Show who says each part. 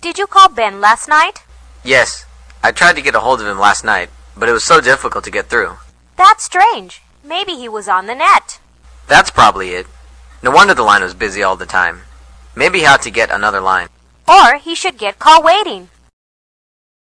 Speaker 1: Did you call Ben last night?
Speaker 2: Yes, I tried to get a hold of him last night, but it was so difficult to get through.
Speaker 1: That's strange. Maybe he was on the net.
Speaker 2: That's probably it. No wonder the line was busy all the time. Maybe how to get another line.
Speaker 1: Or he should get call waiting.